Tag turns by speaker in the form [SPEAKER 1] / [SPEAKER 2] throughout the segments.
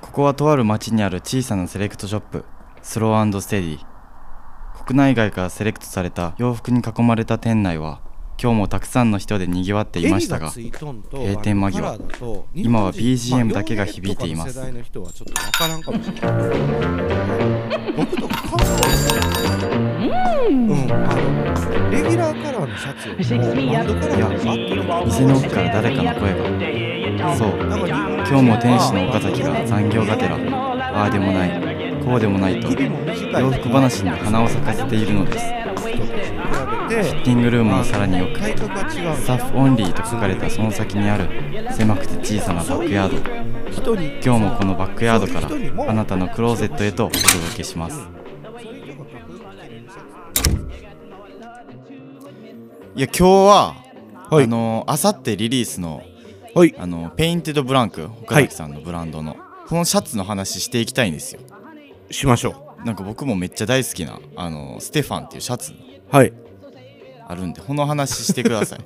[SPEAKER 1] こはとある町にある小さなセレクトショップスローステディ国内外からセレクトされた洋服に囲まれた店内は今日もたくさんの人でにぎわっていましたが閉
[SPEAKER 2] 閉
[SPEAKER 1] 店間際今は BGM だけが響いています
[SPEAKER 2] 世代の人はちょっとわからんかもしれない僕とか関西うん、あのレギュラーカラーのシャツをバンドカラーのバッグ
[SPEAKER 1] 店の奥から誰かの声がそう今日も店主の岡崎が残業がてらああでもないこうでもないと
[SPEAKER 2] 日々も短い
[SPEAKER 1] 洋服話に花を咲かせているのです
[SPEAKER 2] 比べて
[SPEAKER 1] フィッティングルームのさらによく
[SPEAKER 2] 体格が違う
[SPEAKER 1] スタッフオンリーと書かれたその先にある狭くて小さなバックヤード
[SPEAKER 2] 人に
[SPEAKER 1] 今日もこのバックヤードからあなたのクローゼットへとお届けしますいや今日は、
[SPEAKER 2] はい
[SPEAKER 1] あのあさってリリースの
[SPEAKER 2] はい
[SPEAKER 1] あのペインテッドブランク岡崎さんのブランドの、このシャツの話していきたいんですよ
[SPEAKER 2] しましょ
[SPEAKER 1] なんか僕もめっちゃ大好きなあのステファンっていうシャツ
[SPEAKER 2] うはい
[SPEAKER 1] あるんでこの話してくだ さい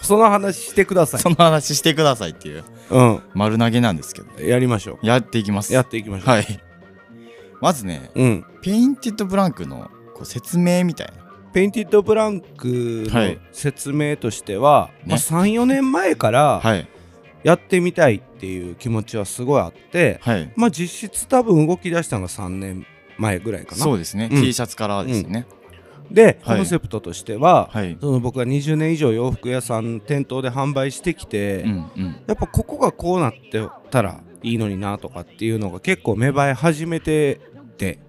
[SPEAKER 2] その話してください
[SPEAKER 1] その話してくださいっていう
[SPEAKER 2] う
[SPEAKER 1] 丸投げなんですけど
[SPEAKER 2] んやりましょ
[SPEAKER 1] やっていきます
[SPEAKER 2] うやっていきましょう、
[SPEAKER 1] はいまずね
[SPEAKER 2] うん
[SPEAKER 1] ペインテッドブランクのこう説明みたいな
[SPEAKER 2] ペインティッドブランク
[SPEAKER 1] はい
[SPEAKER 2] の説明としては、
[SPEAKER 1] ね
[SPEAKER 2] まあ、34年前から
[SPEAKER 1] はい
[SPEAKER 2] やってみたいっていう気持ちはすごいあって、
[SPEAKER 1] はい
[SPEAKER 2] まあ実質多分動き出したのが3年前ぐらいかな
[SPEAKER 1] そうですね、
[SPEAKER 2] うん
[SPEAKER 1] T シャツからですよね、
[SPEAKER 2] で、
[SPEAKER 1] はい
[SPEAKER 2] コンセプトとしては、
[SPEAKER 1] はい
[SPEAKER 2] その僕が20年以上洋服屋さん店頭で販売してきて、
[SPEAKER 1] うんうん
[SPEAKER 2] やっぱここがこうなってたらいいのになとかっていうのが結構芽生え始めてて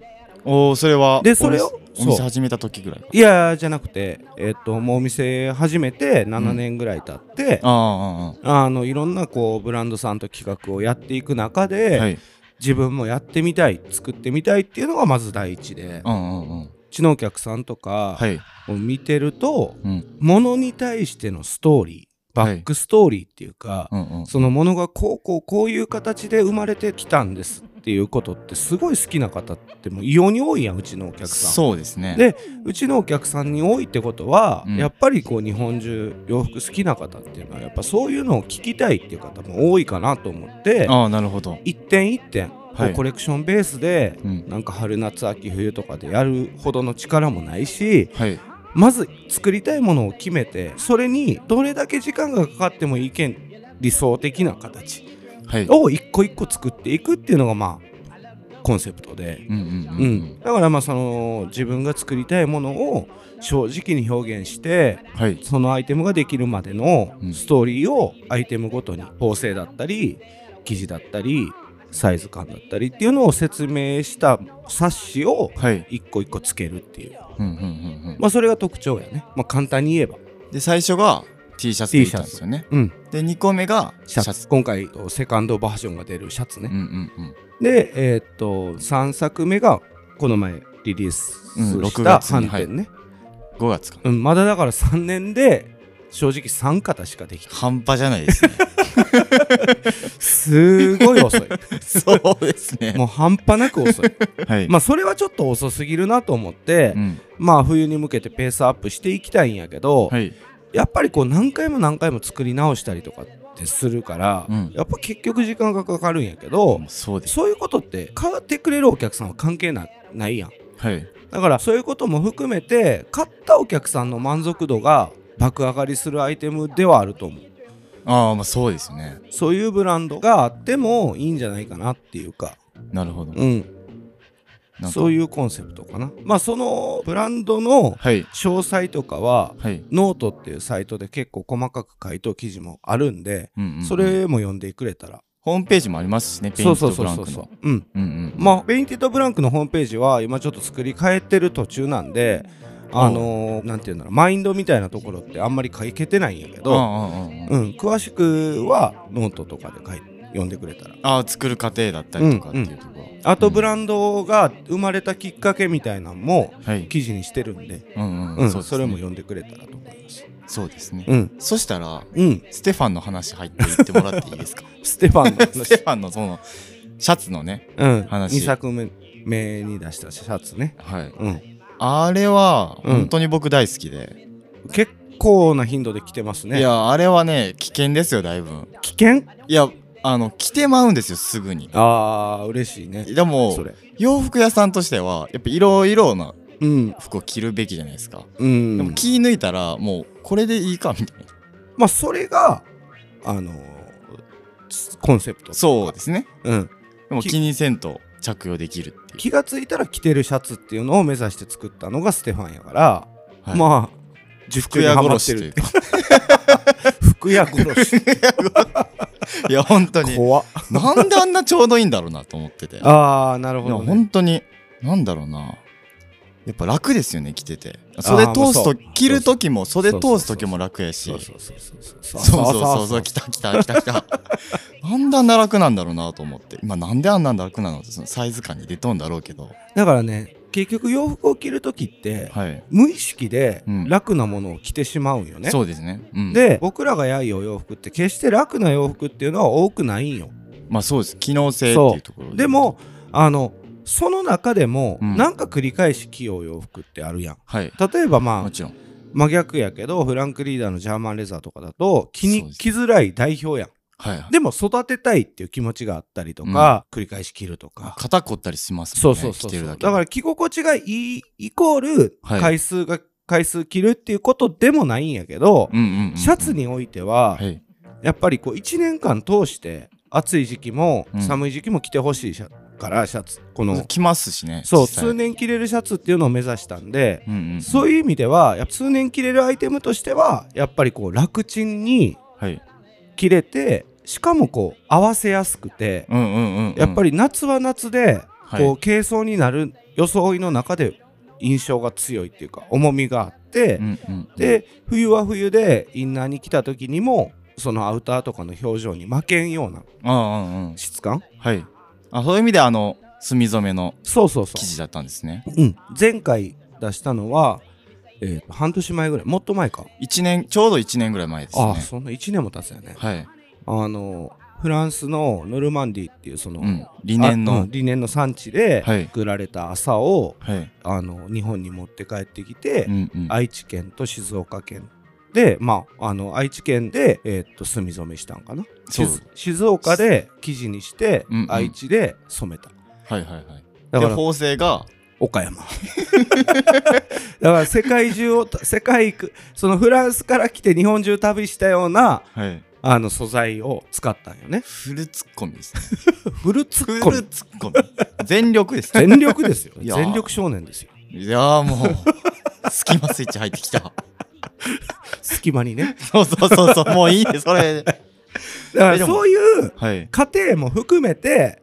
[SPEAKER 1] おおそれは
[SPEAKER 2] でそれ
[SPEAKER 1] お
[SPEAKER 2] を
[SPEAKER 1] 店お店
[SPEAKER 2] そう
[SPEAKER 1] 始めた時ぐらいか
[SPEAKER 2] いやじゃなくて、えっともうお店始めて7年ぐらい経って、
[SPEAKER 1] あああ
[SPEAKER 2] あのいろんなこうブランドさんと企画をやっていく中
[SPEAKER 1] あ
[SPEAKER 2] で、
[SPEAKER 1] あはい
[SPEAKER 2] 自分もやってみたい作ってみたいっていうのがまず第一で、う
[SPEAKER 1] うんうんうん
[SPEAKER 2] ちのお客さんとか
[SPEAKER 1] はい
[SPEAKER 2] を見てると、
[SPEAKER 1] うん
[SPEAKER 2] ものに対してのストーリーバックストーリーっていうか、
[SPEAKER 1] うんうん
[SPEAKER 2] そのものがこうこうこういう形で生まれてきたんですっていうことってすごい好きな方ってもう異様に多いやんうちのお客さん。
[SPEAKER 1] そうですね
[SPEAKER 2] でうちのお客さんに多いってことは、
[SPEAKER 1] うん
[SPEAKER 2] やっぱりこう日本中洋服好きな方っていうのはやっぱそういうのを聞きたいっていう方も多いかなと思って
[SPEAKER 1] ああなるほど
[SPEAKER 2] 一点一点、こ
[SPEAKER 1] は
[SPEAKER 2] う
[SPEAKER 1] い
[SPEAKER 2] コレクションベースで
[SPEAKER 1] うん
[SPEAKER 2] なんか春夏秋冬とかでやるほどの力もないし
[SPEAKER 1] はい
[SPEAKER 2] まず作りたいものを決めてそれにどれだけ時間がかかってもいいけん理想的な形
[SPEAKER 1] はい
[SPEAKER 2] を一個一個作っていくっていうのがまあコンセプトで。
[SPEAKER 1] うんうんうん
[SPEAKER 2] う
[SPEAKER 1] うんん、
[SPEAKER 2] だからまあその自分が作りたいものを正直に表現して
[SPEAKER 1] はい
[SPEAKER 2] そのアイテムができるまでの
[SPEAKER 1] うん
[SPEAKER 2] ストーリーをアイテムごとに縫製だったり生地だったりサイズ感だったりっていうのを説明した冊子を
[SPEAKER 1] はい
[SPEAKER 2] 一個一個つけるっていう、
[SPEAKER 1] うんうんうんうん
[SPEAKER 2] まあ、それが特徴やね、まあ、簡単に言えば、
[SPEAKER 1] で最初が T シャツでいたんですよね
[SPEAKER 2] うん、
[SPEAKER 1] で二個目が
[SPEAKER 2] シャツ今回セカンドバージョンが出るシャツ
[SPEAKER 1] うん
[SPEAKER 2] ね、
[SPEAKER 1] うん
[SPEAKER 2] でえーっと3作目がこの前リリース
[SPEAKER 1] うん
[SPEAKER 2] し
[SPEAKER 1] 6
[SPEAKER 2] た
[SPEAKER 1] 月に
[SPEAKER 2] 反転ね、
[SPEAKER 1] うん5月か
[SPEAKER 2] うん、まだだから3年で正直3型しかできて
[SPEAKER 1] 半端じゃないですね
[SPEAKER 2] すごい遅い
[SPEAKER 1] そうですね
[SPEAKER 2] もう半端なく遅 い
[SPEAKER 1] はい
[SPEAKER 2] まあそれはちょっと遅すぎるなと思って、
[SPEAKER 1] うん
[SPEAKER 2] まあ冬に向けてペースアップしていきたいんやけど、
[SPEAKER 1] はい
[SPEAKER 2] やっぱりこう何回も何回も作り直したりとかってするから、
[SPEAKER 1] うん
[SPEAKER 2] やっぱ結局時間がかかるんやけど、
[SPEAKER 1] そうです
[SPEAKER 2] そういうことって買ってくれるお客さんは関係なないやん
[SPEAKER 1] はい
[SPEAKER 2] だからそういうことも含めて買ったお客さんの満足度が爆上がりするアイテムではあると思う
[SPEAKER 1] ああまあそうですね
[SPEAKER 2] そういうブランドがあってもいいんじゃないかなっていうか、
[SPEAKER 1] なるほど
[SPEAKER 2] うん、
[SPEAKER 1] なんか
[SPEAKER 2] そういうコンセプトかな。まあそのブランドの
[SPEAKER 1] はい
[SPEAKER 2] 詳細とかは、
[SPEAKER 1] はい
[SPEAKER 2] ノートっていうサイトで結構細かく回答記事もあるんで、
[SPEAKER 1] うんうんうん
[SPEAKER 2] それも読んでくれたら。
[SPEAKER 1] ホームページもありますしね、ペイントブランクの。。
[SPEAKER 2] うん。
[SPEAKER 1] うんうん
[SPEAKER 2] まあ、ペインティッドブランクのホームページは今ちょっと作り変えてる途中なんで、あのー、なんて言うんだろう、マインドみたいなところってあんまり書けてないんやけ
[SPEAKER 1] あああ
[SPEAKER 2] ど、
[SPEAKER 1] あああ
[SPEAKER 2] うん、詳しくはノートとかで書い読んでくれたら。
[SPEAKER 1] ああ作る過程だったりとかっていうところ、
[SPEAKER 2] あとブランドが生まれたきっかけみたいなのも
[SPEAKER 1] はい、
[SPEAKER 2] 記事にしてるんで、
[SPEAKER 1] うん
[SPEAKER 2] う
[SPEAKER 1] うんん、
[SPEAKER 2] そ
[SPEAKER 1] そうですね
[SPEAKER 2] れも読んでくれたらと思います。
[SPEAKER 1] そうですね、
[SPEAKER 2] うん、
[SPEAKER 1] そしたら
[SPEAKER 2] うん、
[SPEAKER 1] ステファンの話入っていってもらっていいですか
[SPEAKER 2] ステファンの
[SPEAKER 1] ステフ
[SPEAKER 2] 話
[SPEAKER 1] ァンのそのシャツのね、
[SPEAKER 2] うん、
[SPEAKER 1] 話
[SPEAKER 2] 2作目目に出したシャツね、
[SPEAKER 1] はい、
[SPEAKER 2] うん、
[SPEAKER 1] あれは
[SPEAKER 2] うん
[SPEAKER 1] 本当に僕大好きで、
[SPEAKER 2] 結構な頻度で来てますね。
[SPEAKER 1] いやあれはね危険ですよだいぶ
[SPEAKER 2] 危険
[SPEAKER 1] いやあの着てまうんですよすぐに
[SPEAKER 2] ああ嬉しいね
[SPEAKER 1] でも
[SPEAKER 2] それ
[SPEAKER 1] 洋服屋さんとしてはやっぱいろいろな
[SPEAKER 2] うん
[SPEAKER 1] 服を着るべきじゃないですか、
[SPEAKER 2] うん
[SPEAKER 1] でも気抜いたらもうこれでいいかみたいな
[SPEAKER 2] まあそれがあのーコンセプト
[SPEAKER 1] そうですね
[SPEAKER 2] う、うん、
[SPEAKER 1] でも
[SPEAKER 2] き
[SPEAKER 1] 気にせんと着用できるっていう
[SPEAKER 2] 気がついたら着てるシャツっていうのを目指して作ったのがステファンやから、
[SPEAKER 1] はい
[SPEAKER 2] まあ
[SPEAKER 1] 服屋殺しというか
[SPEAKER 2] 服屋殺し
[SPEAKER 1] いや本 当に
[SPEAKER 2] 怖っ
[SPEAKER 1] なんであんなちょうどいいんだろうなと思ってて
[SPEAKER 2] ああなる
[SPEAKER 1] い
[SPEAKER 2] ほ
[SPEAKER 1] や
[SPEAKER 2] ど、ね、
[SPEAKER 1] 本当に何だろうなやっぱ楽ですよね着てて袖通す
[SPEAKER 2] まあそ
[SPEAKER 1] と
[SPEAKER 2] う
[SPEAKER 1] 着る時も袖
[SPEAKER 2] そうそう
[SPEAKER 1] 通す時も楽やし
[SPEAKER 2] そう
[SPEAKER 1] そう
[SPEAKER 2] そうそうそ
[SPEAKER 1] そ
[SPEAKER 2] うそうう
[SPEAKER 1] そうそう来た来た来た来たなんであんな楽なんだろうなと思って今なんであんなん楽なのってそのサイズ感に出とんだろうけど
[SPEAKER 2] だからね結局洋服を着る時って、
[SPEAKER 1] はい
[SPEAKER 2] 無意識で
[SPEAKER 1] うん
[SPEAKER 2] 楽なものを着てしまうんよね、
[SPEAKER 1] そうですねうん
[SPEAKER 2] で僕らがやいお洋服って決して楽な洋服っていうのは多くないんよ
[SPEAKER 1] まあそうです機能性っていうところ
[SPEAKER 2] でもあのその中でも、
[SPEAKER 1] うん
[SPEAKER 2] なんか繰り返し着よう洋服ってあるやん
[SPEAKER 1] はい
[SPEAKER 2] 例えばまあ
[SPEAKER 1] もちろん
[SPEAKER 2] 真逆やけどフランクリーダーのジャーマンレザーとかだと着
[SPEAKER 1] そう
[SPEAKER 2] に
[SPEAKER 1] です
[SPEAKER 2] 着づらい代表やん
[SPEAKER 1] はいはい
[SPEAKER 2] でも育てたいっていう気持ちがあったりとか、繰り返し着るとか、
[SPEAKER 1] 肩凝ったりします
[SPEAKER 2] そ
[SPEAKER 1] もん
[SPEAKER 2] う
[SPEAKER 1] ね
[SPEAKER 2] そうそう
[SPEAKER 1] 着て
[SPEAKER 2] そ
[SPEAKER 1] る
[SPEAKER 2] うだ
[SPEAKER 1] だけ
[SPEAKER 2] から着心地がいいイコール
[SPEAKER 1] はい
[SPEAKER 2] 回数が、回数着るっていうことでもないんやけど、
[SPEAKER 1] うんうんうんうん
[SPEAKER 2] シャツにおいて
[SPEAKER 1] は
[SPEAKER 2] は、
[SPEAKER 1] い
[SPEAKER 2] やっぱりこう1年間通して暑い時期も
[SPEAKER 1] うん
[SPEAKER 2] 寒い時期も着てほしいシャからシャツこの
[SPEAKER 1] 着ますしね
[SPEAKER 2] そう
[SPEAKER 1] 実際
[SPEAKER 2] 通年着れるシャツっていうのを目指したんで、
[SPEAKER 1] うんうんうん
[SPEAKER 2] そういう意味ではやっぱ通年着れるアイテムとしてはやっぱりこう楽ちんに
[SPEAKER 1] はい
[SPEAKER 2] 着れてしかもこう合わせやすくて、
[SPEAKER 1] うんうんうんうん
[SPEAKER 2] やっぱり夏は夏で
[SPEAKER 1] はい
[SPEAKER 2] こう軽装になる装いの中で印象が強いっていうか重みがあって、
[SPEAKER 1] うんうん
[SPEAKER 2] で冬は冬でインナーに来た時にもそのアウターとかの表情に負けんような
[SPEAKER 1] ああうんうん
[SPEAKER 2] 質感
[SPEAKER 1] はいあそういう意味であの墨染めの
[SPEAKER 2] そうそうそ
[SPEAKER 1] 生地だったんですね
[SPEAKER 2] う、うん、前回出したのは、えーと半年前ぐらいもっと前か、
[SPEAKER 1] 一年ちょうど1年ぐらい前ですね
[SPEAKER 2] ああそんな1年も経つよね
[SPEAKER 1] はい
[SPEAKER 2] あのフランスのノルマンディっていうその、
[SPEAKER 1] うん理念
[SPEAKER 2] あう
[SPEAKER 1] の
[SPEAKER 2] んリネンの産地で
[SPEAKER 1] はい
[SPEAKER 2] 作られた麻を、
[SPEAKER 1] はい
[SPEAKER 2] あの日本に持って帰ってきて、
[SPEAKER 1] うんうん
[SPEAKER 2] 愛知県と静岡県で、まあ、あの愛知県で、えーっと墨染めしたんかな
[SPEAKER 1] そう
[SPEAKER 2] 静静岡で生地にして、
[SPEAKER 1] うんうん
[SPEAKER 2] 愛知で染めた
[SPEAKER 1] はいはいはい
[SPEAKER 2] だ
[SPEAKER 1] で
[SPEAKER 2] から
[SPEAKER 1] 縫製が
[SPEAKER 2] 岡 山だから世界中を世界くそのフランスから来て日本中旅したような
[SPEAKER 1] はい
[SPEAKER 2] あの素材を使ったんよね
[SPEAKER 1] フルツッコミですね
[SPEAKER 2] フルツ
[SPEAKER 1] フ
[SPEAKER 2] ッコ
[SPEAKER 1] ル
[SPEAKER 2] ミ
[SPEAKER 1] ツッコミ全力ですね
[SPEAKER 2] 全力ですよ
[SPEAKER 1] いや
[SPEAKER 2] 全力少年ですよ
[SPEAKER 1] いやーもう隙間スイッチ入ってきた
[SPEAKER 2] 隙間にね
[SPEAKER 1] そうそうそうそうもういいねそれ
[SPEAKER 2] だか
[SPEAKER 1] えで
[SPEAKER 2] ら
[SPEAKER 1] も
[SPEAKER 2] そういう
[SPEAKER 1] はい
[SPEAKER 2] 過程も含めて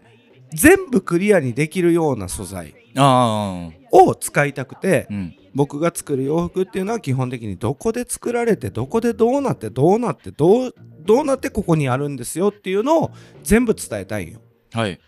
[SPEAKER 2] 全部クリアにできるような素材
[SPEAKER 1] ああ
[SPEAKER 2] を使いたくて
[SPEAKER 1] うん
[SPEAKER 2] 僕が作る洋服っていうのは基本的にどこで作られてどこでどうなってどうなってどうどうなってここにあるんですよっていうのを全部伝えたいんよ
[SPEAKER 1] はい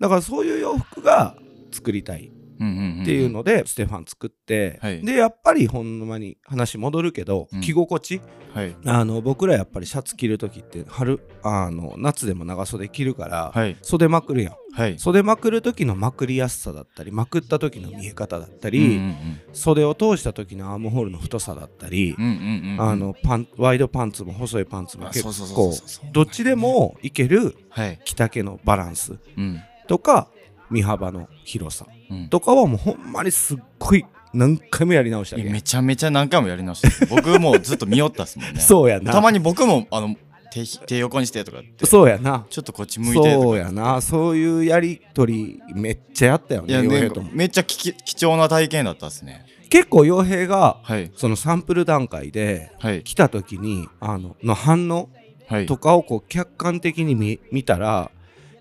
[SPEAKER 2] だからそういう洋服が作りたい
[SPEAKER 1] うんうんん
[SPEAKER 2] っていうのでステファン作って、
[SPEAKER 1] はい
[SPEAKER 2] でやっぱりほんまに話戻るけど、
[SPEAKER 1] うん
[SPEAKER 2] 着心地
[SPEAKER 1] はい
[SPEAKER 2] あの僕らやっぱりシャツ着る時って春あの夏でも長袖着るから、
[SPEAKER 1] はい
[SPEAKER 2] 袖まくるやん
[SPEAKER 1] はい
[SPEAKER 2] 袖まくる時のまくりやすさだったりまくった時の見え方だったり、
[SPEAKER 1] うんうん
[SPEAKER 2] 袖を通した時のアームホールの太さだったり、
[SPEAKER 1] うんうんうんうん
[SPEAKER 2] あのパンワイドパンツも細いパンツも
[SPEAKER 1] あ
[SPEAKER 2] 結
[SPEAKER 1] そうそうそう
[SPEAKER 2] 構
[SPEAKER 1] そうそう
[SPEAKER 2] どっちでもいける
[SPEAKER 1] はい
[SPEAKER 2] 着丈のバランス
[SPEAKER 1] うん
[SPEAKER 2] とか身幅の広さ
[SPEAKER 1] うん
[SPEAKER 2] とかはもうほんまにすっごい何回もやり直した
[SPEAKER 1] い
[SPEAKER 2] り
[SPEAKER 1] やめちゃめちゃ何回もやり直してる僕もうずっと見よったっすもんね
[SPEAKER 2] そうやな
[SPEAKER 1] たまに僕もあの手ひ手横にしてとかって
[SPEAKER 2] そうやな
[SPEAKER 1] ちょっとこっち向いてと
[SPEAKER 2] そ
[SPEAKER 1] か
[SPEAKER 2] うやなそういうやりとりめっちゃやったよ
[SPEAKER 1] いや
[SPEAKER 2] ね洋
[SPEAKER 1] ね
[SPEAKER 2] 平とも
[SPEAKER 1] めっちゃ貴貴重な体験だったっすね
[SPEAKER 2] 結構洋平が
[SPEAKER 1] はい
[SPEAKER 2] そのサンプル段階で
[SPEAKER 1] はい
[SPEAKER 2] 来た時にあのの反応
[SPEAKER 1] はい
[SPEAKER 2] とかをこう客観的に見見たら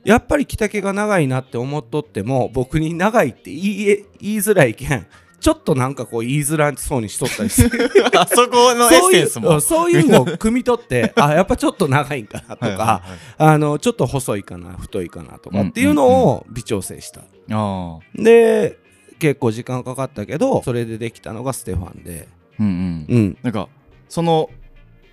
[SPEAKER 2] やっぱり着丈が長いなって思っとっても僕に長いって言い言いづらいけんちょっとなんかこう言いづらそうにしとったりする
[SPEAKER 1] あそこ のエッ
[SPEAKER 2] そう
[SPEAKER 1] セ
[SPEAKER 2] い
[SPEAKER 1] ン
[SPEAKER 2] う
[SPEAKER 1] スも
[SPEAKER 2] うんそういうのを汲み取って あやっぱちょっと長いんかなとか、
[SPEAKER 1] はいはいはい
[SPEAKER 2] あのちょっと細いかな太いかなとかっていうのを微調整した、
[SPEAKER 1] ああ
[SPEAKER 2] で結構時間かかったけどそれでできたのがステファンで
[SPEAKER 1] うんうん
[SPEAKER 2] うん
[SPEAKER 1] なんかその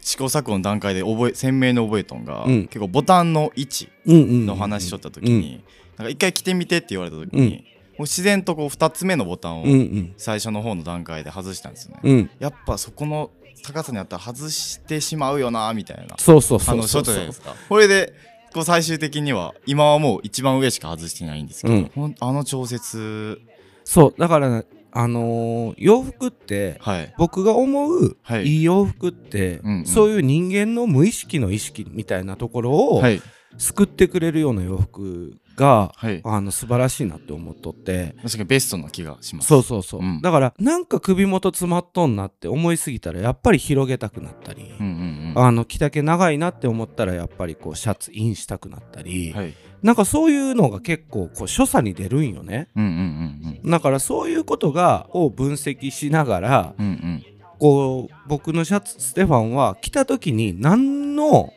[SPEAKER 1] 試行錯誤の段階で覚え鮮明に覚えとんが、
[SPEAKER 2] うん
[SPEAKER 1] 結構ボタンの位置
[SPEAKER 2] うんうんうん
[SPEAKER 1] の話しとった時に、なんか一回着てみてって言われた時に、
[SPEAKER 2] うん
[SPEAKER 1] もう自然とこう2つ目のボタン
[SPEAKER 2] うんう
[SPEAKER 1] を
[SPEAKER 2] ん
[SPEAKER 1] 最初の方の段階で外したんですよね、
[SPEAKER 2] うん
[SPEAKER 1] やっぱそこの高さにあったら外してしまうよなみたいな
[SPEAKER 2] そうそうそう
[SPEAKER 1] 話
[SPEAKER 2] そ
[SPEAKER 1] しと
[SPEAKER 2] う
[SPEAKER 1] ったじゃ
[SPEAKER 2] そ
[SPEAKER 1] ないうですかこれでこう最終的には今はもう一番上しか外してないんですけど、
[SPEAKER 2] うん
[SPEAKER 1] ほんあの調節
[SPEAKER 2] そうだからね、あのー洋服って
[SPEAKER 1] はい
[SPEAKER 2] 僕が思う
[SPEAKER 1] はい
[SPEAKER 2] いい洋服って、
[SPEAKER 1] うんうん
[SPEAKER 2] そういう人間の無意識の意識みたいなところを
[SPEAKER 1] はい
[SPEAKER 2] 救ってくれるような洋服が、
[SPEAKER 1] はい
[SPEAKER 2] あの素晴らしいなって思っとって。
[SPEAKER 1] 確かにベストな気がします
[SPEAKER 2] そうそうそう、
[SPEAKER 1] うん
[SPEAKER 2] だからなんか首元詰まっとんなって思いすぎたらやっぱり広げたくなったり、
[SPEAKER 1] うんうんうん
[SPEAKER 2] あの着丈長いなって思ったらやっぱりこうシャツインしたくなったり、
[SPEAKER 1] はい
[SPEAKER 2] なんかそういうのが結構こう所作に出るんよね
[SPEAKER 1] うんうん
[SPEAKER 2] だからそういうことがを分析しながら
[SPEAKER 1] うんうんうん
[SPEAKER 2] こう僕のシャツステファンは着た時に何の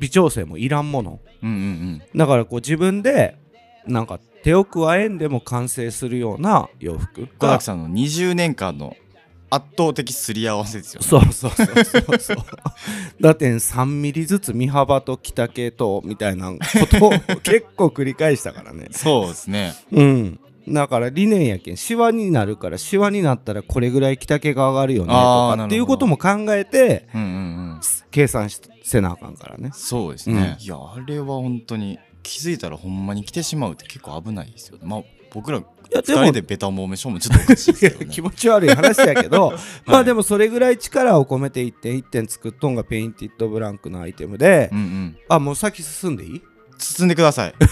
[SPEAKER 2] 微調整もいらんもの
[SPEAKER 1] うんうんうん
[SPEAKER 2] だからこう自分でなんか手を加えんでも完成するような洋服
[SPEAKER 1] 小
[SPEAKER 2] が
[SPEAKER 1] 崎さんの20年間の圧倒的すり合わせですよね
[SPEAKER 2] そうそうそうそうそう だって3ミリずつ身幅と着丈とみたい なことを結構繰り返したからね
[SPEAKER 1] そうですね
[SPEAKER 2] うんだから理念やけんシワになるからシワになったらこれぐらい着丈が上がるよねと
[SPEAKER 1] あーなるほ
[SPEAKER 2] か
[SPEAKER 1] ど
[SPEAKER 2] っていうことも考えて
[SPEAKER 1] うんうんうん
[SPEAKER 2] 計算しせなあかんからね
[SPEAKER 1] そうですね、
[SPEAKER 2] う
[SPEAKER 1] いやあれは本当に気づいたらほんまに来てしまうって結構危ないですよねまあ僕ら
[SPEAKER 2] いや
[SPEAKER 1] 2
[SPEAKER 2] でも
[SPEAKER 1] 人でベタもめしょもちょっとおかしいですよね
[SPEAKER 2] 気持ち悪い話やけど、ま
[SPEAKER 1] は
[SPEAKER 2] あ
[SPEAKER 1] い
[SPEAKER 2] でもそれぐらい力を込めて一点一点作っとんがペインティッドブランクのアイテムで、
[SPEAKER 1] うんうん
[SPEAKER 2] あもう先進んでいい
[SPEAKER 1] 包んでください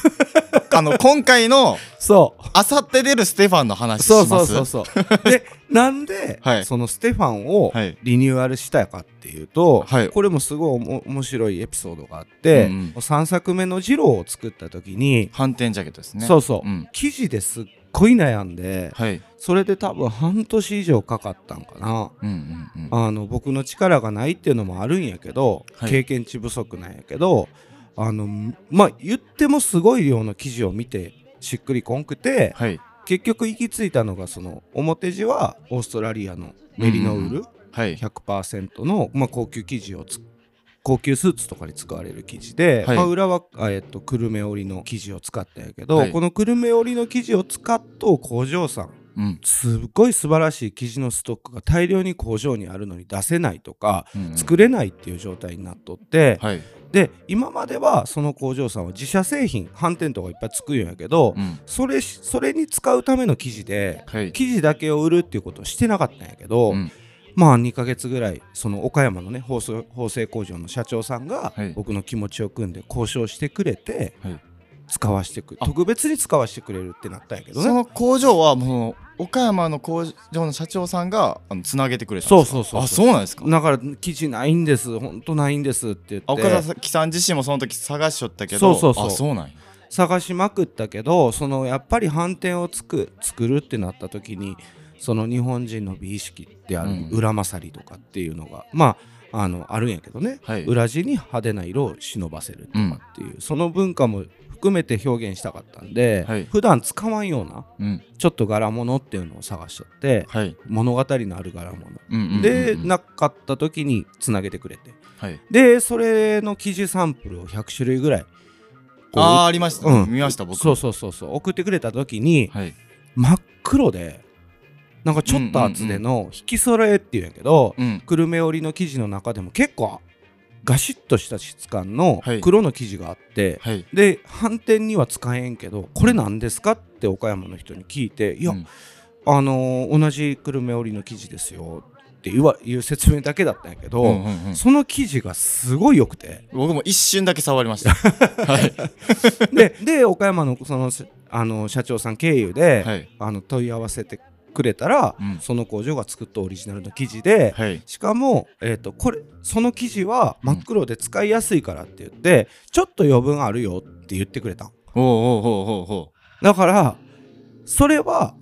[SPEAKER 1] あの今回の
[SPEAKER 2] そう
[SPEAKER 1] あさって出るステファンの話し
[SPEAKER 2] そう
[SPEAKER 1] ます
[SPEAKER 2] そうそうそう。で、なんで、
[SPEAKER 1] はい
[SPEAKER 2] そのステファンを
[SPEAKER 1] はい
[SPEAKER 2] リニューアルしたかっていうと、
[SPEAKER 1] はい
[SPEAKER 2] これもすごいおも面白いエピソードがあって、
[SPEAKER 1] うんうん
[SPEAKER 2] 3作目のジローを作った時に、
[SPEAKER 1] 反転ジャケットですね
[SPEAKER 2] そうそう、
[SPEAKER 1] ん
[SPEAKER 2] 生地ですっごい悩んで、
[SPEAKER 1] はい
[SPEAKER 2] それで多分半年以上かかったんかな。
[SPEAKER 1] うんうんうん
[SPEAKER 2] あの僕の力がないっていうのもあるんやけど、
[SPEAKER 1] はい
[SPEAKER 2] 経験値不足なんやけどあのまあ言ってもすごい量の生地を見てしっくりこんくて、
[SPEAKER 1] はい
[SPEAKER 2] 結局行き着いたのがその表地はオーストラリアのメリノウール
[SPEAKER 1] はい
[SPEAKER 2] 100%の、まあ、高級生地をつ高級スーツとかに使われる生地で、
[SPEAKER 1] はい
[SPEAKER 2] まあ、裏は、あえっと、久留米織の生地を使ったんやけど、
[SPEAKER 1] はい
[SPEAKER 2] この久留米織の生地を使っとう工場さん
[SPEAKER 1] うん
[SPEAKER 2] すっごい素晴らしい生地のストックが大量に工場にあるのに出せないとか
[SPEAKER 1] うんうん
[SPEAKER 2] 作れないっていう状態になっとって、
[SPEAKER 1] はい
[SPEAKER 2] で今まではその工場さんは自社製品反転とかいっぱい作るんやけど、
[SPEAKER 1] うん
[SPEAKER 2] それしそれに使うための生地で
[SPEAKER 1] はい
[SPEAKER 2] 生地だけを売るっていうことをしてなかったんやけど、
[SPEAKER 1] うん
[SPEAKER 2] まあ2ヶ月ぐらいその岡山のね縫製縫製工場の社長さんが
[SPEAKER 1] はい
[SPEAKER 2] 僕の気持ちを組んで交渉してくれて、
[SPEAKER 1] はい
[SPEAKER 2] 使わしてく
[SPEAKER 1] あ
[SPEAKER 2] 特別に使わしてくれるってなったんやけど
[SPEAKER 1] そ
[SPEAKER 2] ね
[SPEAKER 1] の工場はもう岡山の工場の社長さんがあのつなげてくれたんです
[SPEAKER 2] そう
[SPEAKER 1] か
[SPEAKER 2] そうそう
[SPEAKER 1] あそうなんですか
[SPEAKER 2] だから生地ないんですほんとないんですって言って
[SPEAKER 1] あ岡崎さん自身もその時探しちょったけど
[SPEAKER 2] そうそうそう
[SPEAKER 1] あそうなんや
[SPEAKER 2] 探しまくったけどそのやっぱり反転をつく作るってなった時にその日本人の美意識である
[SPEAKER 1] うん
[SPEAKER 2] 裏勝りとかっていうのが、まああのあるんやけどね、
[SPEAKER 1] はい
[SPEAKER 2] 裏地に派手な色を忍ばせる
[SPEAKER 1] う
[SPEAKER 2] とか
[SPEAKER 1] ん
[SPEAKER 2] っていう、その文化も含めて表現したかったんで、
[SPEAKER 1] はい
[SPEAKER 2] 普段使わんような
[SPEAKER 1] うん
[SPEAKER 2] ちょっと柄物っていうのを探しちゃって
[SPEAKER 1] はい
[SPEAKER 2] 物語のある
[SPEAKER 1] う
[SPEAKER 2] 柄物、
[SPEAKER 1] んうんうんうん
[SPEAKER 2] でなかった時につなげてくれて
[SPEAKER 1] はい
[SPEAKER 2] でそれの生地サンプルを100種類ぐらいこう
[SPEAKER 1] あーありましたね
[SPEAKER 2] うん
[SPEAKER 1] 見ました僕
[SPEAKER 2] そうそうそうそう送ってくれた時に
[SPEAKER 1] はい
[SPEAKER 2] 真っ黒でなんかちょっと厚手の引き揃えっていうんやけど、
[SPEAKER 1] うん
[SPEAKER 2] 久留米織の生地の中でも結構ガシッとした質感の
[SPEAKER 1] はい
[SPEAKER 2] 黒の生地があって、
[SPEAKER 1] はい
[SPEAKER 2] で反転には使えんけどこれ何ですかって岡山の人に聞いて「いや、
[SPEAKER 1] うん
[SPEAKER 2] あのー同じ久留米織の生地ですよ」って言わいう説明だけだったんやけど、
[SPEAKER 1] うんうんうん
[SPEAKER 2] その生地がすごい良くて。
[SPEAKER 1] 僕も一瞬だけ触りました はい
[SPEAKER 2] でで岡山のそのあの社長さん経由で、
[SPEAKER 1] はい
[SPEAKER 2] あの問い合わせてくれたら、
[SPEAKER 1] うん
[SPEAKER 2] その工場が作ったオリジナルの生地で、
[SPEAKER 1] はい
[SPEAKER 2] しかも、えー、とこれその生地は真っ黒で使いやすいからって言って、ちょっと余分あるよって言ってくれたん
[SPEAKER 1] おうおうおうおうお
[SPEAKER 2] だからそれは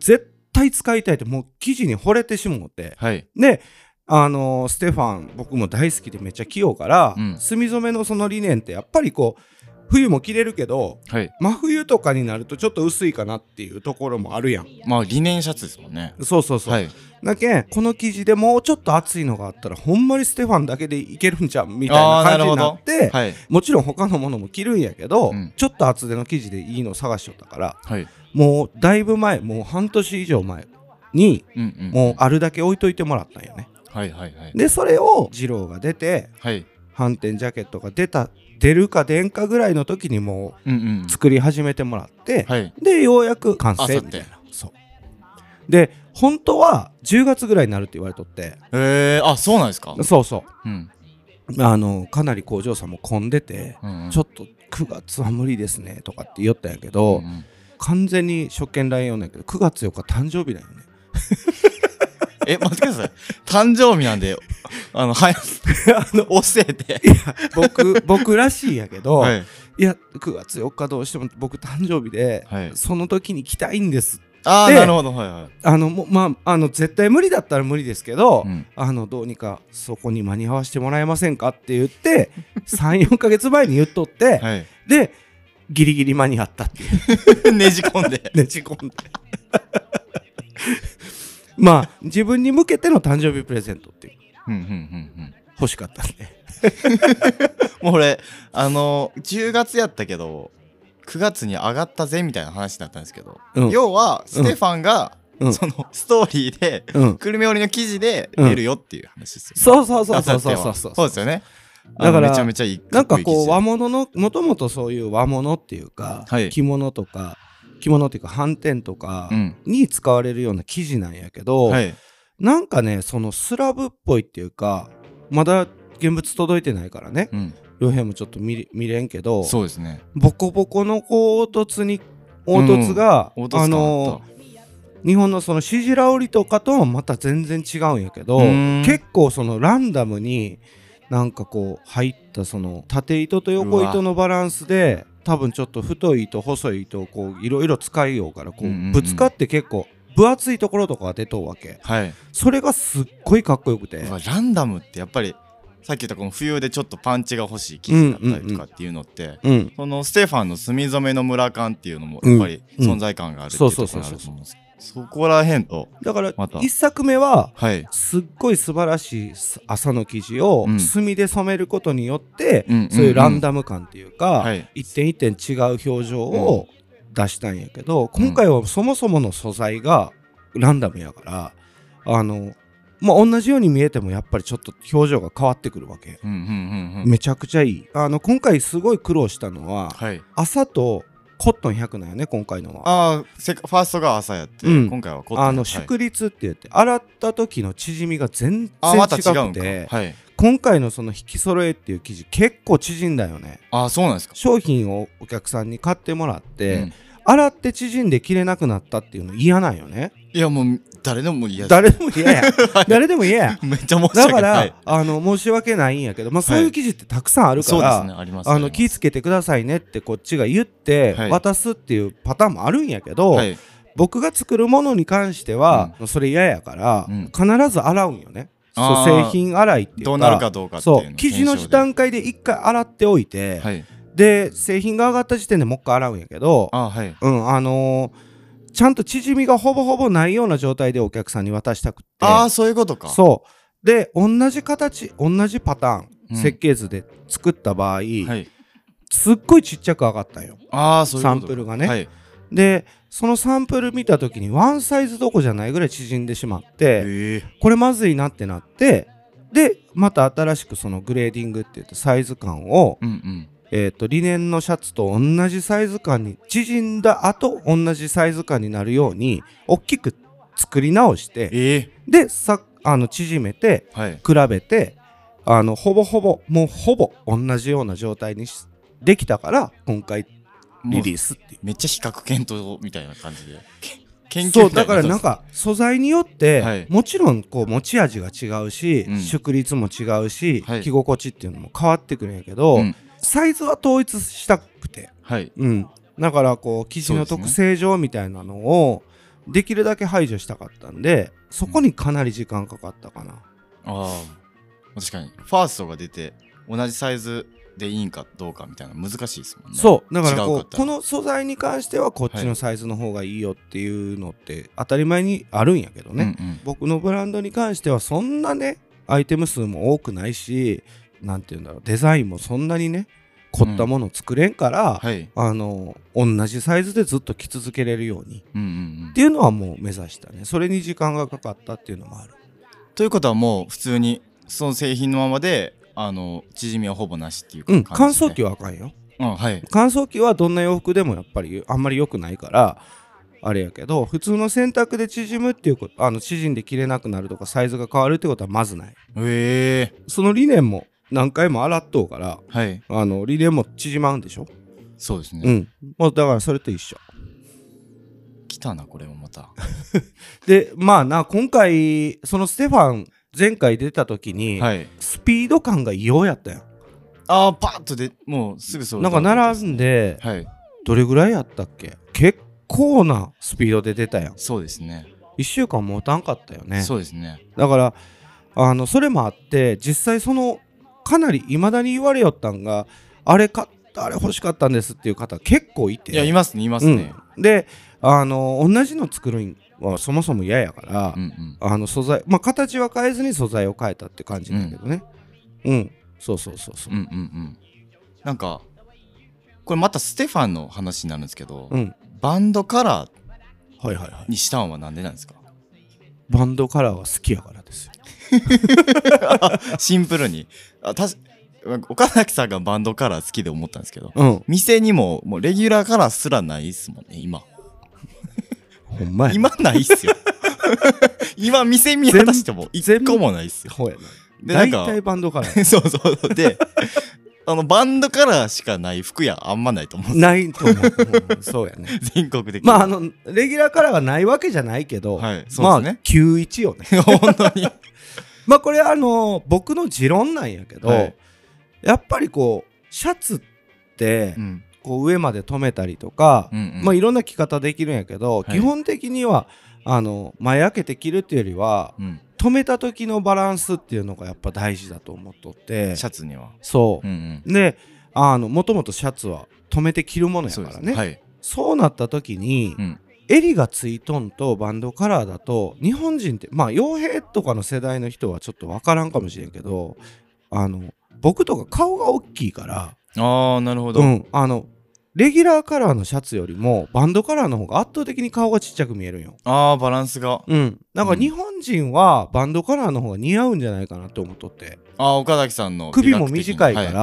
[SPEAKER 2] 絶対使いたいってもう生地に惚れてしもうて
[SPEAKER 1] うはい
[SPEAKER 2] であのーステファン僕も大好きでめっちゃ器用から、
[SPEAKER 1] うん
[SPEAKER 2] 墨染めのその理念ってやっぱりこう冬も着れるけど
[SPEAKER 1] はい
[SPEAKER 2] 真冬とかになるとちょっと薄いかなっていうところもあるやん
[SPEAKER 1] まあリネンシャツですもんね
[SPEAKER 2] そうそうそう、
[SPEAKER 1] はい
[SPEAKER 2] だけんこの生地でもうちょっと厚いのがあったらほんまにステファンだけでいけるんじゃんみたい
[SPEAKER 1] あー
[SPEAKER 2] な
[SPEAKER 1] な
[SPEAKER 2] 感
[SPEAKER 1] る
[SPEAKER 2] じ
[SPEAKER 1] ほ
[SPEAKER 2] に
[SPEAKER 1] ど
[SPEAKER 2] なって
[SPEAKER 1] はい
[SPEAKER 2] もちろん他のものも着るんやけど、
[SPEAKER 1] うん
[SPEAKER 2] ちょっと厚手の生地でいいの探しとったから
[SPEAKER 1] はい
[SPEAKER 2] もうだいぶ前もう半年以上前に
[SPEAKER 1] うんうん
[SPEAKER 2] もうあるだけ置いといてもらったんよね
[SPEAKER 1] はいはいはい
[SPEAKER 2] でそれを二郎が出て
[SPEAKER 1] はい
[SPEAKER 2] 反転ジャケットが出た出るか出んかぐらいの時にも
[SPEAKER 1] うんうん
[SPEAKER 2] う作り始めてもらって、
[SPEAKER 1] はい
[SPEAKER 2] でようやく完成
[SPEAKER 1] あさっ
[SPEAKER 2] み
[SPEAKER 1] て
[SPEAKER 2] たいなそうで本当は10月ぐらいになるって言われとって
[SPEAKER 1] えー、あそうなんですか
[SPEAKER 2] そうそ
[SPEAKER 1] うん
[SPEAKER 2] うあのかなり工場さんも混んでて、
[SPEAKER 1] うんうん
[SPEAKER 2] ちょっと9月は無理ですねとかって言ったんやけど、
[SPEAKER 1] うんうん
[SPEAKER 2] 完全に初見 LINE 読んだけど9月4日誕生日だよね
[SPEAKER 1] え待ってください誕生日なんであのはい あの押せって
[SPEAKER 2] 僕 僕らしいんやけど、、
[SPEAKER 1] はいい
[SPEAKER 2] や9月4日どうしても僕誕生日で、
[SPEAKER 1] はい
[SPEAKER 2] その時に来たいんです
[SPEAKER 1] ああ
[SPEAKER 2] で
[SPEAKER 1] なるほどはいはい
[SPEAKER 2] あのもうまああの絶対無理だったら無理ですけど、
[SPEAKER 1] うん
[SPEAKER 2] あのどうにかそこに間に合わせてもらえませんかって言って34 ヶ月前に言っとって、
[SPEAKER 1] はい
[SPEAKER 2] でギリギリ間に合ったっていう
[SPEAKER 1] ねじ込んで
[SPEAKER 2] ねじ込んでまあ自分に向けての誕生日プレゼントっていう
[SPEAKER 1] うんうんうんうん
[SPEAKER 2] 欲しかったんで
[SPEAKER 1] もう俺あの10月やったけど9月に上がったぜみたいな話だったんですけど、
[SPEAKER 2] うん
[SPEAKER 1] 要はステファンが、
[SPEAKER 2] うん
[SPEAKER 1] そのストーリーで、
[SPEAKER 2] うん
[SPEAKER 1] くるみ折りの記事で出るよっていう話ですよ、
[SPEAKER 2] そうそうそうそう
[SPEAKER 1] あ
[SPEAKER 2] そ
[SPEAKER 1] さっ
[SPEAKER 2] う
[SPEAKER 1] き
[SPEAKER 2] そう
[SPEAKER 1] は
[SPEAKER 2] そう
[SPEAKER 1] そうですよね
[SPEAKER 2] だか
[SPEAKER 1] あの
[SPEAKER 2] ら
[SPEAKER 1] めちゃめちゃいい
[SPEAKER 2] なんか
[SPEAKER 1] っいい記
[SPEAKER 2] こう
[SPEAKER 1] 事
[SPEAKER 2] 和物のもともとそういう和物っていうか、
[SPEAKER 1] はい
[SPEAKER 2] 着物とか着物っていうか斑点とか
[SPEAKER 1] うん
[SPEAKER 2] に使われるような生地なんやけど、
[SPEAKER 1] はい
[SPEAKER 2] なんかねそのスラブっぽいっていうかまだ現物届いてないからね
[SPEAKER 1] うん、
[SPEAKER 2] 両辺もちょっと見れ見れんけど
[SPEAKER 1] そうですね
[SPEAKER 2] ボコボコのこう凹凸に凹凸が、
[SPEAKER 1] 凹凸感
[SPEAKER 2] あの日本のそのシジラ織とかとはまた全然違うんやけど
[SPEAKER 1] うん
[SPEAKER 2] 結構そのランダムになんかこう入ったその縦糸と横糸のバランスで多分ちょっと太い糸細い糸をこういろいろ使いようからこ
[SPEAKER 1] うんうんう
[SPEAKER 2] うんぶつかって結構分厚いところとかが出とうわけ
[SPEAKER 1] はいう
[SPEAKER 2] それがすっごいかっこよくて
[SPEAKER 1] わランダムってやっぱりさっき言ったこの冬でちょっとパンチが欲しい記事だったりとかっていうのって、
[SPEAKER 2] うん
[SPEAKER 1] そのステファンの墨染めの村感っていうのもやっぱり存在感があるっていうところがあると思うんですけどそこら辺と
[SPEAKER 2] だから
[SPEAKER 1] また
[SPEAKER 2] 一作目は
[SPEAKER 1] はい
[SPEAKER 2] すっごい素晴らしい朝の生地を
[SPEAKER 1] うん
[SPEAKER 2] 墨で染めることによって、
[SPEAKER 1] うんうんうん
[SPEAKER 2] そういうランダム感っていうか、
[SPEAKER 1] はい
[SPEAKER 2] 一点一点違う表情を出したんやけど、今回はそもそもの素材がランダムやからあの、まあ、同じように見えてもやっぱりちょっと表情が変わってくるわけ、
[SPEAKER 1] うんうんうんうん
[SPEAKER 2] めちゃくちゃいいあの今回すごい苦労したのは、
[SPEAKER 1] はい
[SPEAKER 2] 朝とコットン100なんよね今回のは。
[SPEAKER 1] ああファーストが朝やって
[SPEAKER 2] うん
[SPEAKER 1] 今回はコットン
[SPEAKER 2] あの
[SPEAKER 1] はい
[SPEAKER 2] 縮率って言って洗った時の縮みが全
[SPEAKER 1] あ
[SPEAKER 2] 然
[SPEAKER 1] ー
[SPEAKER 2] 違
[SPEAKER 1] また違うん
[SPEAKER 2] く
[SPEAKER 1] か
[SPEAKER 2] て
[SPEAKER 1] はい
[SPEAKER 2] 今回のその引き揃えっていう生地結構縮んだよね
[SPEAKER 1] ああそうなんですか
[SPEAKER 2] 商品をお客さんに買ってもらって、
[SPEAKER 1] うん
[SPEAKER 2] 洗って縮んで着れなくなったっていうの嫌なんよね
[SPEAKER 1] いやもう誰でも嫌です
[SPEAKER 2] 誰でも嫌 や誰でも嫌や
[SPEAKER 1] めっちゃ申し訳な
[SPEAKER 2] だ
[SPEAKER 1] い
[SPEAKER 2] から、
[SPEAKER 1] はい
[SPEAKER 2] あの申し訳ないんやけど、まあ、そう
[SPEAKER 1] はいいう
[SPEAKER 2] 記事ってたくさんあるか
[SPEAKER 1] そう
[SPEAKER 2] ら、
[SPEAKER 1] ですねあります
[SPEAKER 2] あの気ぃつけてくださいねってこっちが言って
[SPEAKER 1] はい
[SPEAKER 2] 渡すっていうパターンもあるんやけど、
[SPEAKER 1] はい
[SPEAKER 2] 僕が作るものに関しては、それ嫌やから、
[SPEAKER 1] うん
[SPEAKER 2] 必ず洗うんよねそう
[SPEAKER 1] あー
[SPEAKER 2] 製品洗いっていうか
[SPEAKER 1] どうなるかどうかっていう
[SPEAKER 2] そう生地の段階で一回洗っておいて、
[SPEAKER 1] はい
[SPEAKER 2] で製品が上がった時点でもう一回洗うんやけど
[SPEAKER 1] あーはい
[SPEAKER 2] うんあのーちゃんと縮みがほぼほぼないような状態でお客さんに渡したくて
[SPEAKER 1] ああそういうことか
[SPEAKER 2] そうで同じ形同じパターン、
[SPEAKER 1] うん
[SPEAKER 2] 設計図で作った場合、
[SPEAKER 1] はい
[SPEAKER 2] すっごいちっちゃく上がったんよ
[SPEAKER 1] ああそういうことか
[SPEAKER 2] サンプルがね
[SPEAKER 1] はい
[SPEAKER 2] でそのサンプル見た時にワンサイズどこじゃないぐらい縮んでしまって
[SPEAKER 1] ええ
[SPEAKER 2] これまずいなってなってでまた新しくそのグレーディングって言ってサイズ感を、
[SPEAKER 1] うんうん
[SPEAKER 2] えー、とリネンのシャツと同じサイズ感に縮んだ後同じサイズ感になるように大きく作り直して
[SPEAKER 1] ええ
[SPEAKER 2] でさあの縮めて
[SPEAKER 1] はい
[SPEAKER 2] 比べてあのほぼほぼもうほぼ同じような状態にしできたから今回
[SPEAKER 1] もう
[SPEAKER 2] リリースっていう。
[SPEAKER 1] めっちゃ比較検討みたいな感じでけ研究
[SPEAKER 2] そう
[SPEAKER 1] みた
[SPEAKER 2] だ
[SPEAKER 1] い
[SPEAKER 2] からなんか素材によって、
[SPEAKER 1] はい
[SPEAKER 2] もちろんこう持ち味が違うし、
[SPEAKER 1] うん
[SPEAKER 2] 縮率も違うし、
[SPEAKER 1] はい
[SPEAKER 2] 着心地っていうのも変わってくるんやけど、
[SPEAKER 1] うん
[SPEAKER 2] サイズは統一したくて、
[SPEAKER 1] はい
[SPEAKER 2] うん、だからこう生地の
[SPEAKER 1] そうで
[SPEAKER 2] 特
[SPEAKER 1] す
[SPEAKER 2] 性上みたいなのをできるだけ排除したかったんでそこにかなり時間かかったかな、
[SPEAKER 1] ああ確かにファーストが出て同じサイズでいいんかどうかみたいな難しいですもんね
[SPEAKER 2] そうだからこ
[SPEAKER 1] 違う
[SPEAKER 2] う
[SPEAKER 1] かったら
[SPEAKER 2] この素材に関してはこっちのサイズの方がいいよっていうのって当たり前にあるんやけどね、
[SPEAKER 1] うんうん
[SPEAKER 2] 僕のブランドに関してはそんなねアイテム数も多くないしなんて言うんだろうデザインもそんなにね凝ったもの作れんから、
[SPEAKER 1] はい
[SPEAKER 2] あの同じサイズでずっと着続けれるように
[SPEAKER 1] うんうん
[SPEAKER 2] っていうのはもう目指したねそれに時間がかかったっていうのもある
[SPEAKER 1] ということはもう普通にその製品のままであの縮みはほぼなしっていう
[SPEAKER 2] うん、乾
[SPEAKER 1] 感じです
[SPEAKER 2] 燥
[SPEAKER 1] ね
[SPEAKER 2] 機はあかんよ
[SPEAKER 1] うんはい
[SPEAKER 2] 乾燥機はどんな洋服でもやっぱりあんまり良くないからあれやけど普通の洗濯で縮むっていうことあの縮んで着れなくなるとかサイズが変わるってことはまずない
[SPEAKER 1] ええ
[SPEAKER 2] その理念も何回も洗っとうから
[SPEAKER 1] はい
[SPEAKER 2] あの理念も縮まうんでしょ
[SPEAKER 1] そうですね、
[SPEAKER 2] うんもうだからそれと一緒
[SPEAKER 1] 来たなこれもまた
[SPEAKER 2] でまあな今回そのステファン前回出た時に、
[SPEAKER 1] はい
[SPEAKER 2] スピード感が異様やったや
[SPEAKER 1] ああパッとでもうすぐそ
[SPEAKER 2] ん
[SPEAKER 1] う
[SPEAKER 2] なんか並んで
[SPEAKER 1] はい
[SPEAKER 2] どれぐらいやったっけ結構なスピードで出たやん
[SPEAKER 1] そうですね
[SPEAKER 2] 1週間持たんかったよね
[SPEAKER 1] そうですね
[SPEAKER 2] だからあのそれもあって実際そのかなりいまだに言われよったんがあれ買ったあれ欲しかったんですっていう方結構いて
[SPEAKER 1] いやいますねいますね、
[SPEAKER 2] うん、であの同じの作るんはそもそも嫌やから、
[SPEAKER 1] うん、うん
[SPEAKER 2] あの素材まあ形は変えずに素材を変えたって感じだけどねうん、そうそうそうそう
[SPEAKER 1] うんうんうんなんかこれまたステファンの話になるんですけど、
[SPEAKER 2] うん
[SPEAKER 1] バンドカラー
[SPEAKER 2] はいはいはい
[SPEAKER 1] にしたんはなんでなんですか
[SPEAKER 2] バンドカラーは好きやからですよ
[SPEAKER 1] シンプルにあたし岡崎さんがバンドカラー好きで思ったんですけど
[SPEAKER 2] うん
[SPEAKER 1] 店にももうレギュラーカラーすらないっすもんね今
[SPEAKER 2] ほんまや
[SPEAKER 1] 今ないっ すよ今店見渡しても一個もないっすよ
[SPEAKER 2] ほうや
[SPEAKER 1] でな
[SPEAKER 2] な
[SPEAKER 1] んか
[SPEAKER 2] 大体バンドカラ ー
[SPEAKER 1] そうそうそうであのバンドカラーしかない服屋あんまないと思う
[SPEAKER 2] ないと思ううんそうやね
[SPEAKER 1] 全国的に
[SPEAKER 2] まああのレギュラーカラーがないわけじゃないけど、
[SPEAKER 1] はい
[SPEAKER 2] ま
[SPEAKER 1] そ
[SPEAKER 2] あ
[SPEAKER 1] うですね
[SPEAKER 2] 91よ ね
[SPEAKER 1] 本当 に
[SPEAKER 2] まあこれあの僕の持論なんやけど、
[SPEAKER 1] はい
[SPEAKER 2] やっぱりこうシャツって
[SPEAKER 1] うん
[SPEAKER 2] こう上まで留めたりとか、
[SPEAKER 1] うんうん
[SPEAKER 2] まあいろんな着方できるんやけ
[SPEAKER 1] は
[SPEAKER 2] ど、
[SPEAKER 1] い
[SPEAKER 2] 基本的にはあの前開けて着るっていうよりは
[SPEAKER 1] うん
[SPEAKER 2] 留めた時のバランスっていうのがやっぱ大事だと思っとって
[SPEAKER 1] シャツには
[SPEAKER 2] そう
[SPEAKER 1] う、ん
[SPEAKER 2] であのもともとシャツは留めて着るも
[SPEAKER 1] う
[SPEAKER 2] の
[SPEAKER 1] ん
[SPEAKER 2] や
[SPEAKER 1] そ
[SPEAKER 2] か
[SPEAKER 1] う
[SPEAKER 2] ら
[SPEAKER 1] です
[SPEAKER 2] ね
[SPEAKER 1] ねはい
[SPEAKER 2] そうなった時に、
[SPEAKER 1] うん
[SPEAKER 2] 襟がついとんとバンドカラーだと日本人ってまあ傭兵とかの世代の人はちょっと分からんかもしれんけどあの僕とか顔が大きいから、
[SPEAKER 1] ああなるほど
[SPEAKER 2] う、ん、あのレギュラーカラーのシャツよりもバンドカラーの方が圧倒的に顔がちっちゃく見えるんよ。
[SPEAKER 1] ああバランスが
[SPEAKER 2] うん、だから
[SPEAKER 1] うん
[SPEAKER 2] 日本人はバンドカラーの方が似合うんじゃないかなって思っとって
[SPEAKER 1] ああ岡崎さんの
[SPEAKER 2] 首も短いか
[SPEAKER 1] 美学的に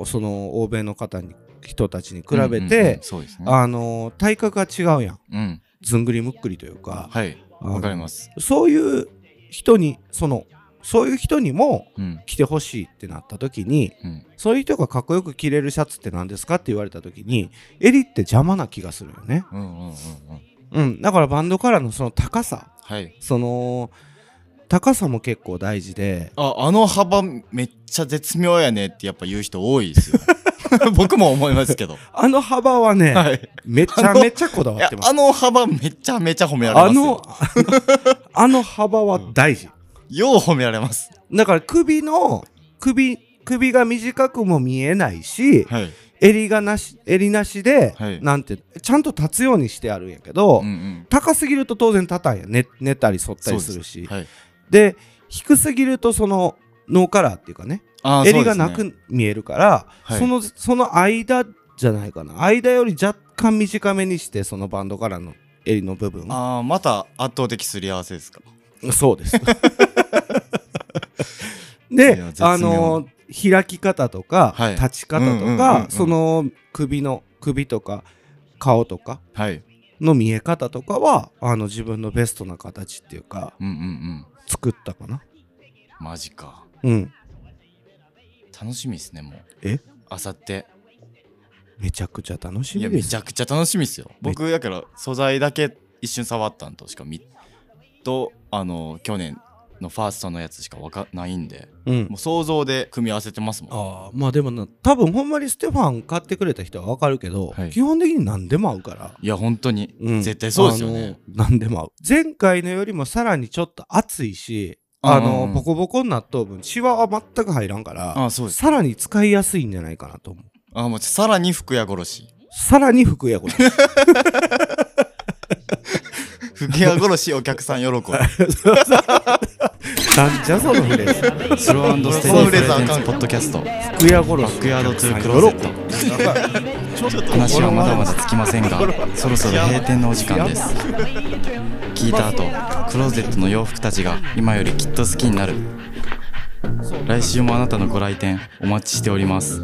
[SPEAKER 2] ら、その欧米の方に人たちに比
[SPEAKER 1] はい
[SPEAKER 2] べ
[SPEAKER 1] うんうんうん
[SPEAKER 2] て、
[SPEAKER 1] そうですね
[SPEAKER 2] あの体格が違うやん
[SPEAKER 1] うん
[SPEAKER 2] ずんぐりむっくりというか、
[SPEAKER 1] はい
[SPEAKER 2] あの
[SPEAKER 1] わかります
[SPEAKER 2] そういう人にそのそういう人にも
[SPEAKER 1] うん
[SPEAKER 2] 着てほしいってなった時に
[SPEAKER 1] うん
[SPEAKER 2] そういう人がかっこよく着れるシャツって何ですかって言われた時に襟って邪魔な気がするよね、
[SPEAKER 1] うんうんうんうん
[SPEAKER 2] うん、だからバンドカラーのその高さ
[SPEAKER 1] はい
[SPEAKER 2] その高さも結構大事で
[SPEAKER 1] ああの幅めっちゃ絶妙やねってやっぱ言う人多いですよ 僕も思いますけど、
[SPEAKER 2] あの幅はね、
[SPEAKER 1] はい、
[SPEAKER 2] めちゃめちゃこだ
[SPEAKER 1] い
[SPEAKER 2] わっ
[SPEAKER 1] や
[SPEAKER 2] てます
[SPEAKER 1] あの幅めちゃめちゃ褒められ
[SPEAKER 2] あ
[SPEAKER 1] ます
[SPEAKER 2] の
[SPEAKER 1] よ
[SPEAKER 2] あの あの幅は大事、
[SPEAKER 1] よう褒められます
[SPEAKER 2] だから首の首首が短くも見えないし、
[SPEAKER 1] はい
[SPEAKER 2] 襟がなし襟なしで、
[SPEAKER 1] はい
[SPEAKER 2] なんてちゃんと立つようにしてあるんやけど、
[SPEAKER 1] うんうん
[SPEAKER 2] 高すぎると当然立たんや寝寝たり反ったりするしで,、
[SPEAKER 1] はい
[SPEAKER 2] 低すぎるとそのノーカラーっていうかね
[SPEAKER 1] あー
[SPEAKER 2] 襟がな
[SPEAKER 1] そうですね
[SPEAKER 2] く見えるからそ,、
[SPEAKER 1] はい
[SPEAKER 2] のその間じゃないかな間より若干短めにしてそのバンドカラーの襟の部分
[SPEAKER 1] あーまた圧倒的すり合わせですか
[SPEAKER 2] そうです
[SPEAKER 1] い
[SPEAKER 2] で
[SPEAKER 1] や絶妙
[SPEAKER 2] あの開き方とか、
[SPEAKER 1] はい
[SPEAKER 2] 立ち方と
[SPEAKER 1] う
[SPEAKER 2] か、
[SPEAKER 1] んうんうんうん
[SPEAKER 2] その首の首とか顔とか
[SPEAKER 1] はい
[SPEAKER 2] の見え方とかはあの自分のベストな形っていうか
[SPEAKER 1] うんうんうん
[SPEAKER 2] 作ったかな
[SPEAKER 1] マジか
[SPEAKER 2] うん
[SPEAKER 1] 楽しみですねもう
[SPEAKER 2] え
[SPEAKER 1] あさって
[SPEAKER 2] めちゃくちゃ楽し
[SPEAKER 1] い
[SPEAKER 2] み
[SPEAKER 1] や
[SPEAKER 2] で
[SPEAKER 1] め
[SPEAKER 2] す
[SPEAKER 1] ちゃくちゃ楽しみですよ僕だから素材だけ一瞬触ったんとしか見とあの去年のファーストのやつしかわかないんで
[SPEAKER 2] うん
[SPEAKER 1] もう想像で組み合わせてますもん
[SPEAKER 2] ああまあでもな多分ほんまにステファン買ってくれた人は分かるけど、
[SPEAKER 1] はい
[SPEAKER 2] 基本的に何でも合うから、
[SPEAKER 1] いや本当に、
[SPEAKER 2] うん
[SPEAKER 1] 絶対そうですよね
[SPEAKER 2] あの何でも合う前回のよりもさらにちょっと暑いしあの、
[SPEAKER 1] うんうんうん
[SPEAKER 2] ボコボコになっとう分シワは全く入らんから
[SPEAKER 1] あそうです
[SPEAKER 2] さらに使いやすいんじゃないかなと思う
[SPEAKER 1] あもうさらに服屋殺し
[SPEAKER 2] さらに服やこれ
[SPEAKER 1] 服屋殺しお客さん喜ぶ
[SPEAKER 2] なんじゃそのフレーズ
[SPEAKER 3] スローステディープレゼンツポッドキャストバ
[SPEAKER 2] 服や殺し
[SPEAKER 3] ックヤードトゥークローゼット話はまだまだつきませんがそろそろ閉店のお時間です聞いた後クローゼットの洋服たちが今よりきっと好きになる
[SPEAKER 1] 来週もあなたのご来店お待ちしております